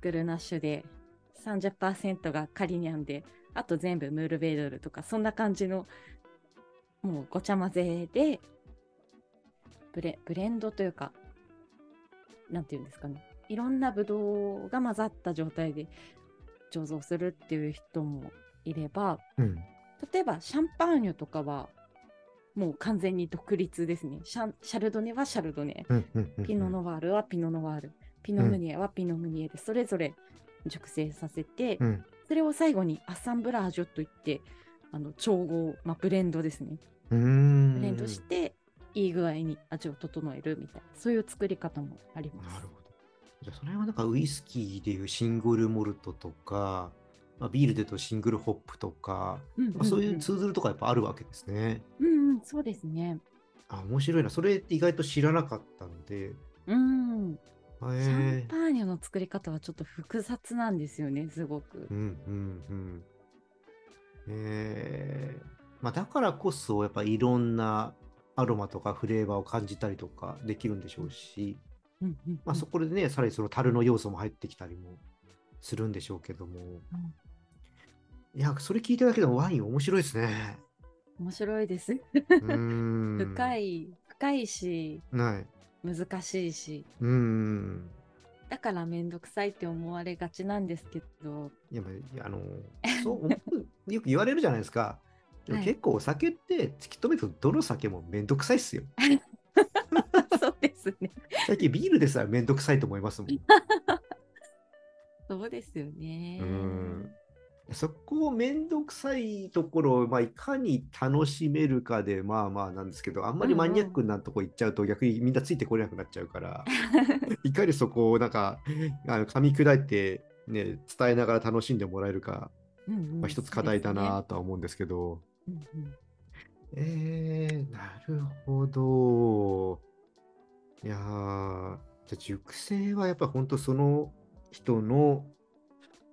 Speaker 2: グルナッシュで、30%がカリニャンで、あと全部ムールベードルとか、そんな感じの、もうごちゃ混ぜで、ブレブレンドというか、なんていうんですかね、いろんなブドウが混ざった状態で醸造するっていう人もいれば、
Speaker 1: うん。
Speaker 2: 例えばシャンパーニュとかはもう完全に独立ですね。シャンシャルドネはシャルドネ、
Speaker 1: うん。うん。うん
Speaker 2: ピノノワールはピノノワール、ピノムニエはピノムニエでそれぞれ熟成させて、
Speaker 1: うん。
Speaker 2: それを最後にアッサンブラージュといってあの調合、まあ、ブレンドですね。
Speaker 1: うーん。
Speaker 2: ブレンドして、いい具合に味を整えるみたいな、そういう作り方もありま
Speaker 1: な
Speaker 2: す
Speaker 1: る。ほど。じゃあ、それはなんかウイスキーでいうシングルモルトとか、まあ、ビールでとシングルホップとか、
Speaker 2: うんん
Speaker 1: まあ、そういううんツーズルとかやっぱあるわけですね。
Speaker 2: うんうん、そうですね。
Speaker 1: あ、面白いな。それって意外と知らなかったので。へ
Speaker 2: うん、シャ
Speaker 1: え
Speaker 2: ンパーニュの作り方はちょっと複雑なんですよね、すごく
Speaker 1: う。んうんうん。ええまあ、だからこそ、やっぱいろんなアロマとかフレーバーを感じたりとかできるんでしょうし、
Speaker 2: うんうんうん
Speaker 1: まあ、そこでね、さらにその樽の要素も入ってきたりもするんでしょうけども。いや、それ聞いただけでもワイン面白いですね。
Speaker 2: 面白いです。
Speaker 1: うーん
Speaker 2: 深。い、深いし、
Speaker 1: はい。
Speaker 2: 難しいし、
Speaker 1: うーん。
Speaker 2: だからめんどくさいって思われがちなんですけ ど、
Speaker 1: いやまああの、そう思う、よく言われるじゃないですか。でも
Speaker 2: はい
Speaker 1: 結構お酒って突き止めるとどの酒もめんどくさいっすよ。
Speaker 2: そうですね。
Speaker 1: 最近ビールですらめんどくさいと思いますもん。
Speaker 2: そうですよね。
Speaker 1: うんそこをめんどくさいところを、まあ、いかに楽しめるかで、まあまあなんですけど、あんまりマニアックなとこ行っちゃうと逆にみんなついてこれなくなっちゃうから、いかにそこをなんか、あの噛み砕いて、ね、伝えながら楽しんでもらえるか、
Speaker 2: うんうん
Speaker 1: まあ、一つ課題だな。とは思うんですけど。
Speaker 2: そうですねうんうん
Speaker 1: えー、なるほど。いやーじゃあ熟成はやっぱ本当その人の、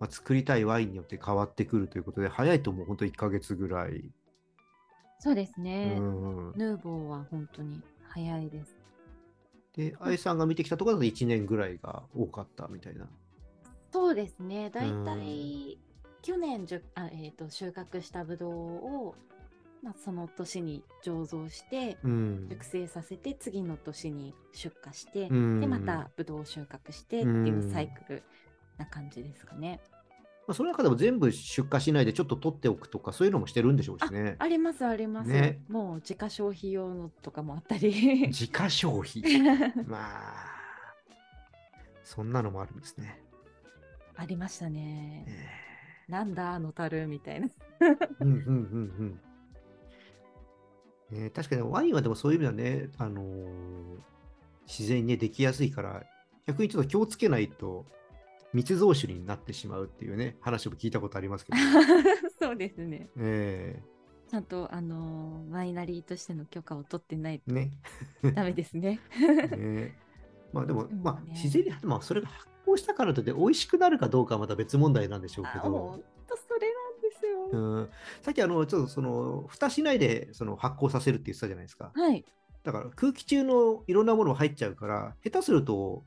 Speaker 1: まあ、作りたいワインによって変わってくるということで、早いともう本当1ヶ月ぐらい。
Speaker 2: そうです
Speaker 1: う
Speaker 2: ね。
Speaker 1: ん、
Speaker 2: ヌーボーは本当に早いです。
Speaker 1: で、愛さんが見てきたところだと1年ぐらいが多かったみたいな。
Speaker 2: そうですね。だいた
Speaker 1: う
Speaker 2: い去年じゅあ、えー、と収穫したブドウを、まあ、その年に醸造して、
Speaker 1: うん。
Speaker 2: 熟成させて、次の年に出荷して、
Speaker 1: うん
Speaker 2: で、またブドウを収穫してってい
Speaker 1: うん
Speaker 2: うサイクルな感じですかね。
Speaker 1: まあ、その中でも全部出荷しないでちょっと取っておくとか、そういうのもしてるんでしょうしね。
Speaker 2: ありますあります。
Speaker 1: ね
Speaker 2: もう自家消費用のとかもあった り。
Speaker 1: 自家消 費。まあ、そんなのもあるんですね。
Speaker 2: ありましたね。
Speaker 1: えー
Speaker 2: なんだあの樽みたいな。
Speaker 1: うんうんうんうん。ね、確かにワインはでもそういう意味ではね、あのー自然にね、できやすいから、逆にちょっと気をつけないと、密造酒になってしまうっていうね、話も聞いたことあります けど。
Speaker 2: そうですね。
Speaker 1: え
Speaker 2: ちゃんと、あのーマイナリーとしての許可を取ってない
Speaker 1: えね。
Speaker 2: とダメで すね。
Speaker 1: ねまあでも、
Speaker 2: うん
Speaker 1: まあ、
Speaker 2: ね
Speaker 1: 自然に、まあ、それが発酵したからといって美味しくなるかどうかはまた別問題なんでしょうけど
Speaker 2: あ、ほん。とそれなんで
Speaker 1: う
Speaker 2: すよ。
Speaker 1: ん、さっきあのちょっとその蓋しないでその発酵させるって言ってたじゃないですか。
Speaker 2: はい。
Speaker 1: だから空気中のいろんなものが入っちゃうから、下手すると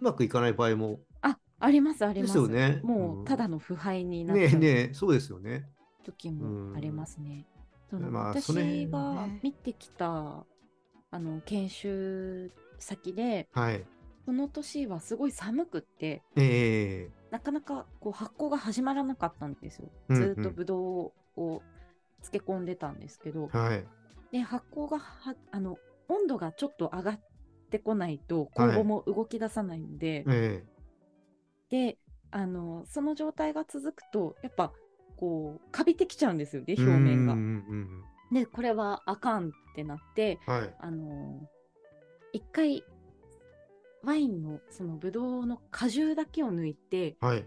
Speaker 1: うまくいかない場合も。
Speaker 2: あ、ありますあり
Speaker 1: で
Speaker 2: ます。
Speaker 1: すよね。
Speaker 2: も
Speaker 1: ん
Speaker 2: うただの腐敗になっ
Speaker 1: ね
Speaker 2: ち
Speaker 1: え
Speaker 2: ゃう
Speaker 1: ねえ、そうですよね。
Speaker 2: 時もありますね。
Speaker 1: ん
Speaker 2: その
Speaker 1: まあその辺
Speaker 2: 私
Speaker 1: はね
Speaker 2: が見てきたあの研修先で、
Speaker 1: はい。
Speaker 2: その年はすごい寒くって、
Speaker 1: ええ
Speaker 2: なかなかこう発酵が始まらなかったんですよ。
Speaker 1: うん
Speaker 2: ず
Speaker 1: うん
Speaker 2: ーっとブドウを漬け込んでたんですけど、
Speaker 1: はい。
Speaker 2: で発酵がはあの温度がちょっと上がってこないと今後も動き出さないので、
Speaker 1: え
Speaker 2: であのその状態が続くとやっぱこうカビてきちゃうんですよね
Speaker 1: え
Speaker 2: 表面が
Speaker 1: うん。うん
Speaker 2: でこれはあかんってなって
Speaker 1: うん。はい。
Speaker 2: あの一回ワインのそのブドウの果汁だけを抜いて
Speaker 1: はい。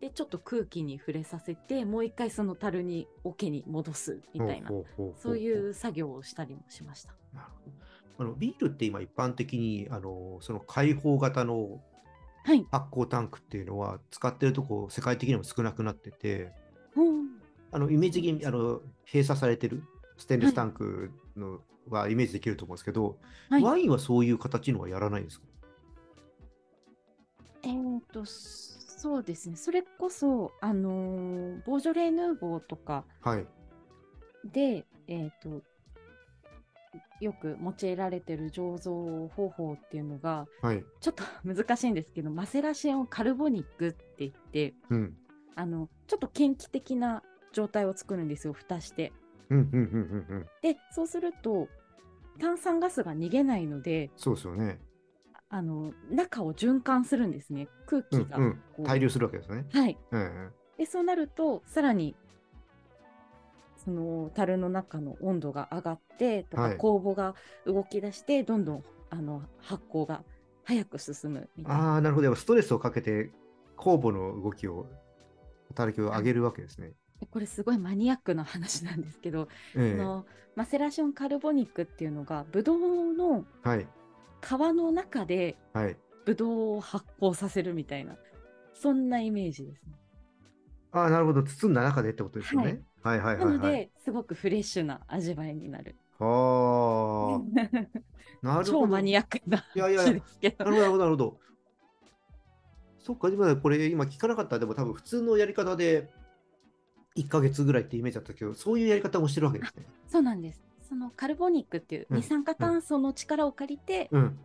Speaker 2: でちょっと空気に触れさせてもう一回その樽に桶に戻すみたいな
Speaker 1: ほうほうほうほう
Speaker 2: そういう作業をしたりもしました。
Speaker 1: なるほど。あのビールって今一般的にあのその開放型の
Speaker 2: はい、
Speaker 1: 発酵タンクっていうのは使ってるとこ世界的にも少なくなってて、
Speaker 2: うん
Speaker 1: あのイメージ的にあの閉鎖されてるステンレ
Speaker 2: は
Speaker 1: ス
Speaker 2: い
Speaker 1: タンクのはイメージできると思うんですけど、
Speaker 2: はい
Speaker 1: ワインはそういう形のはやらないんですか
Speaker 2: えー、と、そうですね。それこそ、あのーボージョレ・ヌーボーとか
Speaker 1: はい。
Speaker 2: で、えー、と、よく用いられてる醸造方法っていうのが
Speaker 1: はい。
Speaker 2: ちょっと難しいんですけどマセラシオンカルボニックって言って
Speaker 1: うん。
Speaker 2: あのちょっと嫌気的な状態を作るんですよ蓋して。
Speaker 1: うんうんうんうんうん。
Speaker 2: でそうすると炭酸ガスが逃げないので
Speaker 1: そうですよね。
Speaker 2: あの中を循環するんですね空
Speaker 1: う
Speaker 2: 気
Speaker 1: ん
Speaker 2: が。
Speaker 1: うん
Speaker 2: こ。う
Speaker 1: 滞留するわけですね。
Speaker 2: はい、
Speaker 1: うんうん。
Speaker 2: でそうなるとさらにその樽の中の温度が上がってとか、
Speaker 1: はい
Speaker 2: 酵母が動き出してどんどんあの発酵が早く進むみたいな
Speaker 1: ああ、なるほど。やっぱストレスをかけて、酵母の動きを、働きを上げるわけですね。
Speaker 2: でこれすごいマニアックな話なんですけど、
Speaker 1: え
Speaker 2: そ
Speaker 1: え
Speaker 2: のマセラションカルボニックっていうのがブドウの
Speaker 1: はい。
Speaker 2: 皮の中で
Speaker 1: はい。
Speaker 2: ブドウを発酵させるみたいなそんなイメージですね。
Speaker 1: ああ、なるほど。包んだ中でってことですよね。はいはい
Speaker 2: な
Speaker 1: はい
Speaker 2: の
Speaker 1: はい。
Speaker 2: で、すごくフレッシュな味わいになる。
Speaker 1: は あ。なるほど。
Speaker 2: 超マニアックない
Speaker 1: やいや
Speaker 2: 話ですけど。
Speaker 1: なるほど、なるほど、なるほど。そっか、今これ今聞かなかった。でも多分普通のやり方で1ヶ月ぐらいってイメージだったけど、そういうやり方もしてるわけですね。
Speaker 2: そうなんです。そのカルボニックっていう
Speaker 1: うん
Speaker 2: 二酸化炭素の力を借りて
Speaker 1: うん。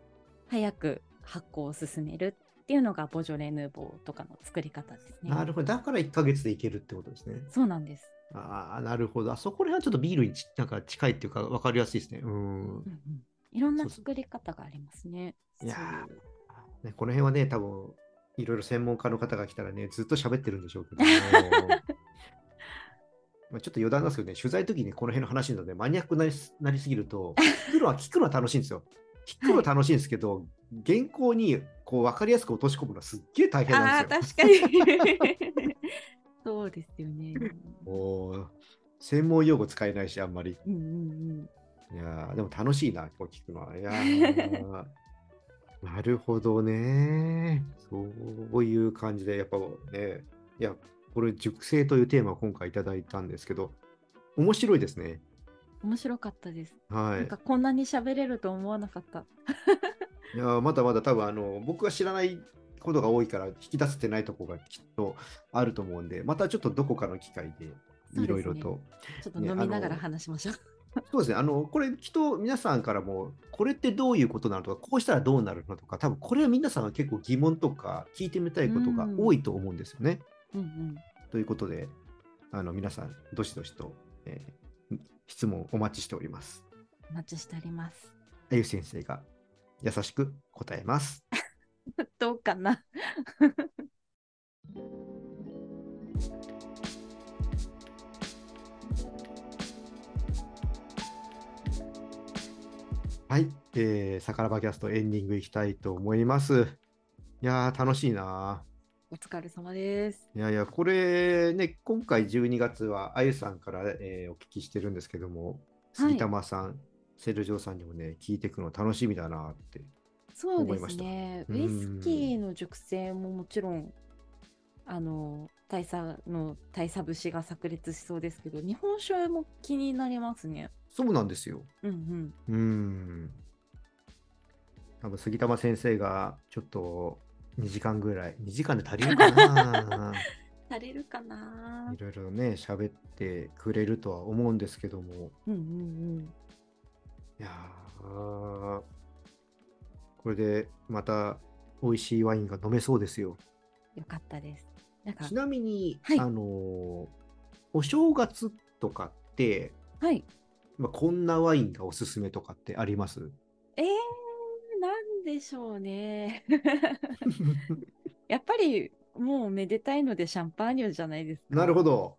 Speaker 2: 早く発酵を進めるっていうのがボジョレ・ヌーボーとかの作り方ですね。
Speaker 1: なるほど。だから1ヶ月でいけるってことですね。
Speaker 2: そうなんです。
Speaker 1: ああ、なるほど。あそこら辺はちょっとビールにちなんか近いっていうか分かりやすいですね。うん
Speaker 2: う。んうんいろん
Speaker 1: そ
Speaker 2: な
Speaker 1: うそう
Speaker 2: 作り方がありますね。
Speaker 1: いやー
Speaker 2: そういう
Speaker 1: ね、この辺はね、多分いろいろ専門家の方が来たらね、ずっと喋ってるんでしょう けども。まあちょっと余談なんですけどね、取材の時にこの辺の話なので、マニアックになりすなりすぎると、聞くのは聞くのは楽しいんですよ。聞くのは楽しいんですけど、原稿にこう分かりやすく落とし込むのはすっげえ大変な
Speaker 2: あ
Speaker 1: ん
Speaker 2: ー
Speaker 1: ですよ。
Speaker 2: 確かに。そうですよね。
Speaker 1: もう専門用語使えないし、あんまり。
Speaker 2: うんうん
Speaker 1: いやーでも楽しいな、こう聞くのは。いや ーなるほどね。そういう感じで、やっぱね、いや、これ、熟成というテーマを今回いただいたんですけど、面白いですね。
Speaker 2: うん。面白かったです。
Speaker 1: は
Speaker 2: なんかこんなに喋れると思わなかった。
Speaker 1: い。いやーまだまだ多分あの、僕が知らないことが多いから、引き出せてないとこがきっとあると思うんで、またちょっとどこかの機会で、いろいろと。
Speaker 2: ちょっと飲みながら話しましょう。
Speaker 1: そうですね、あの、これ、きっと皆さんからも、これってどういうことなのとか、こうしたらどうなるのとか、多分これは皆さんは結構疑問とか、聞いてみたいことが多いと思うんですよね。
Speaker 2: うんうん。
Speaker 1: ということで、あの皆さん、どしどしと、えー質問お待ちしております。
Speaker 2: お待ちしております。
Speaker 1: あゆ先生が優しく答えます。
Speaker 2: どうかな。
Speaker 1: はい、えー、さからばキャストエンディングいきたいと思います。いやー、楽しいなー。
Speaker 2: お疲れ様です。
Speaker 1: いやいや、これね、今回12月はあゆさんから、えーお聞きしてるんですけども、
Speaker 2: はい
Speaker 1: 杉玉さん、セルジョーさんにもね、聞いていくの楽しみだなって。
Speaker 2: そう
Speaker 1: 思
Speaker 2: で
Speaker 1: いますした
Speaker 2: ね。
Speaker 1: う
Speaker 2: ウ
Speaker 1: ん
Speaker 2: イスキーの熟成ももちろん、あの、大佐の大佐節が炸裂しそうですけど、日本酒も気になりますね。
Speaker 1: そうなんですよ。
Speaker 2: うんう
Speaker 1: うー
Speaker 2: ん。
Speaker 1: ん。多分杉玉先生がちょっと2時間ぐらい、2時間で足りるか な。
Speaker 2: されるかない
Speaker 1: ろいろね、喋ってくれるとは思うんですけども、
Speaker 2: うんうんうん。
Speaker 1: いやーこれでまた美味しいワインが飲めそうですよ。
Speaker 2: よかったです。なんか
Speaker 1: ち、なみに、
Speaker 2: はい
Speaker 1: あのーお正月とかって、
Speaker 2: はい。
Speaker 1: まあ、こんなワインがおすすめとかってあります
Speaker 2: えー、なんでしょうね。 やっぱり、もうめでたいのでシャンパーニュじゃないですか。
Speaker 1: なるほど。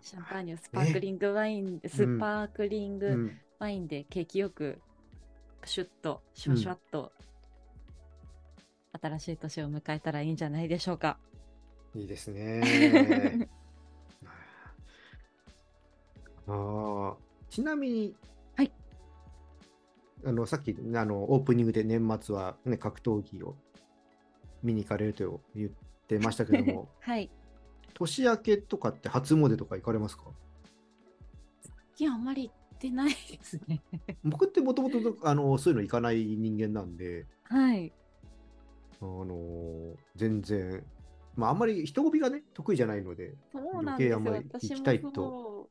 Speaker 2: シャンパーニュ、スパークリングワイン、スパークリン
Speaker 1: う
Speaker 2: グ
Speaker 1: ん、
Speaker 2: ワインで景気よく、プシュッと、シュワシュワっと、新しい年を迎えたらいいんじゃないでしょうか。
Speaker 1: いいです ね。あーちなみに、
Speaker 2: はい
Speaker 1: あのさっきあのオープニングで年末は、ね、格闘技を見に行かれると言ってましたけど も
Speaker 2: はい。
Speaker 1: 年明けとかって初詣とか行かれますか
Speaker 2: いや、あんまり行ってないですね。
Speaker 1: 僕ってもともとあのそういうの行かない人間なんで、
Speaker 2: はい。
Speaker 1: あの全然、まあ、あんまり人混みがね、得意じゃないので、
Speaker 2: そうなんです
Speaker 1: 余計
Speaker 2: よ。
Speaker 1: あんまり
Speaker 2: 私
Speaker 1: 行き
Speaker 2: も
Speaker 1: たいと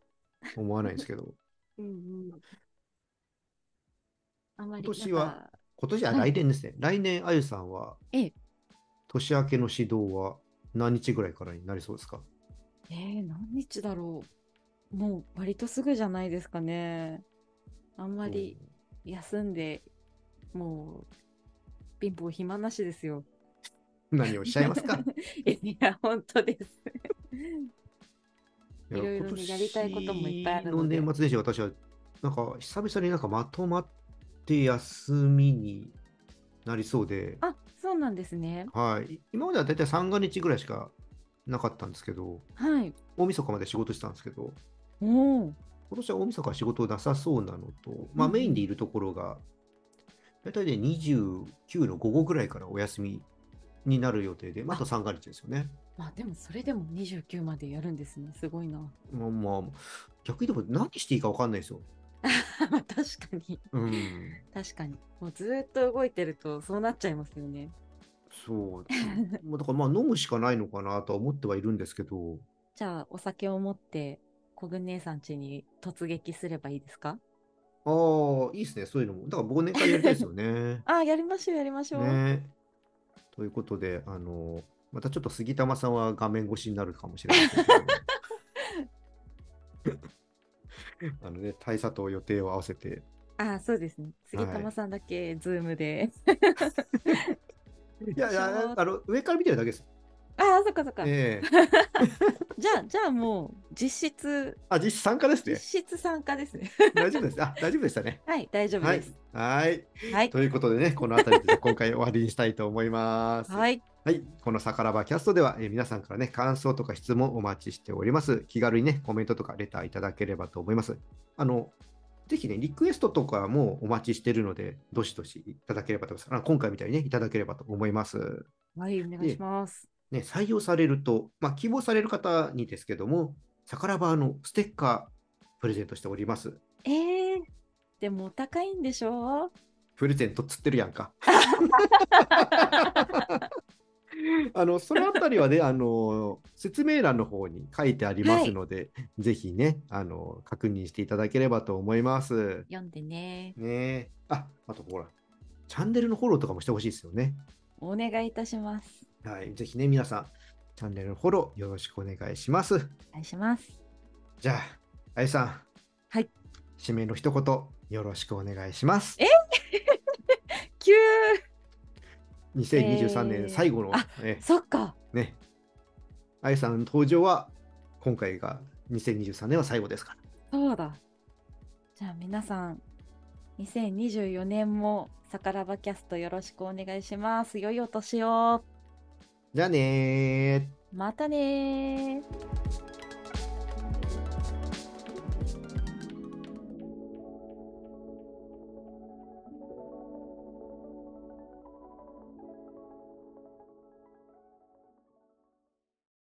Speaker 2: そ
Speaker 1: 思わないんですけど、
Speaker 2: う。うんうん。あまり
Speaker 1: 今年は
Speaker 2: なんか
Speaker 1: 今年は
Speaker 2: はい
Speaker 1: 来年ですね。来年、あゆさんは、
Speaker 2: ええ
Speaker 1: 年明けの指導は何日ぐらいからになりそうですか
Speaker 2: えー、何日だろう。もう割とすぐじゃないですかね。あんまり休んで、もう、貧乏暇なしですよ。
Speaker 1: うん何をおっしゃいますか
Speaker 2: いや、本当です。
Speaker 1: や
Speaker 2: いろいろねやりたいこともいっぱいあるので
Speaker 1: 今年の年末年始、私は、なんか、久々になんかまとまって休みになりそうで、
Speaker 2: あ、そうなんですね。
Speaker 1: はい。今まではだいたい三が日ぐらいしかなかったんですけど、
Speaker 2: はい。
Speaker 1: 大晦日まで仕事してたんですけど、
Speaker 2: おー
Speaker 1: 今年は大晦日は仕事なさそうなのと、まあ、
Speaker 2: うん
Speaker 1: メインでいるところが、大体ね、29の午後ぐらいからお休みになる予定で、まあ、あと3が日ですよね。
Speaker 2: まあでもそれでも29までやるんですね。すごいな。
Speaker 1: まあ、まあ、逆にでも何していいか分かんないですよ。
Speaker 2: まあ 確かに。
Speaker 1: うん。
Speaker 2: 確かに。もうずーっと動いてるとそうなっちゃいますよね。
Speaker 1: そう。まあ、だからまあ、飲むしかないのかなとは思ってはいるんですけど、
Speaker 2: じゃあお酒を持って、小郡姉さん家に突撃すればいいですか。
Speaker 1: ああ、いいですね、そういうのも。だから忘年会やりたいですよね
Speaker 2: あ、やりましょう、やりましょう。
Speaker 1: ね。ということで、あの、またちょっと杉玉さんは画面越しになるかもしれませんけ ど。あのね、大佐と予定を合わせて、
Speaker 2: あ、そうですね。杉
Speaker 1: は
Speaker 2: 玉
Speaker 1: い
Speaker 2: さんだけ、ズームで。
Speaker 1: いやいや、あの上から見てるだけです。
Speaker 2: あ、そっかそっか。
Speaker 1: ええ
Speaker 2: じゃあ、じゃあもう、実質、
Speaker 1: あ、実質参加です
Speaker 2: 実
Speaker 1: ね。
Speaker 2: 質参加ですね。
Speaker 1: 大丈夫です。あ、大丈夫でしたね。
Speaker 2: はい、大丈夫
Speaker 1: はい
Speaker 2: です。。
Speaker 1: はい。
Speaker 2: はい。
Speaker 1: ということでね、このあたりで今回終わりにしたいと思います。
Speaker 2: はい。
Speaker 1: はい、このさからばキャストでは、えー皆さんからね、感想とか質問お待ちしております。気軽にね、コメントとかレターいただければと思います。あの、ぜひね、リクエストとかもお待ちしているので、どしどしいただければと思います。あの今回みたいにね、いただければと思います。
Speaker 2: はい、お願いします。
Speaker 1: ね、採用されると、まあ、希望される方にですけども、さからばのステッカープレゼントしております。
Speaker 2: えー、でもお高いんでしょ
Speaker 1: プレゼントっつってるやん か。あのそのあたりはねあの説明欄の方に書いてありますので、ぜひねあの確認していただければと思います。
Speaker 2: 読んでね。
Speaker 1: ねえああとほらチャンネルのフォローとかもしてほしいですよね。
Speaker 2: お願いいたします。
Speaker 1: はい、ぜひね皆さんチャンネルのフォローよろしくお願いします。
Speaker 2: お願いします。
Speaker 1: じゃああゆさん、
Speaker 2: はい、
Speaker 1: 締めの一言よろしくお願いします。
Speaker 2: キュ
Speaker 1: 2023年最後の、
Speaker 2: あ
Speaker 1: え
Speaker 2: ー そっか。
Speaker 1: ね。あゆさんの登場は、今回が2023年は最後ですから。
Speaker 2: そうだ。じゃあ皆さん、2024年もさからばキャストよろしくお願いします。良いお年を。
Speaker 1: じゃあねー。
Speaker 2: またねー。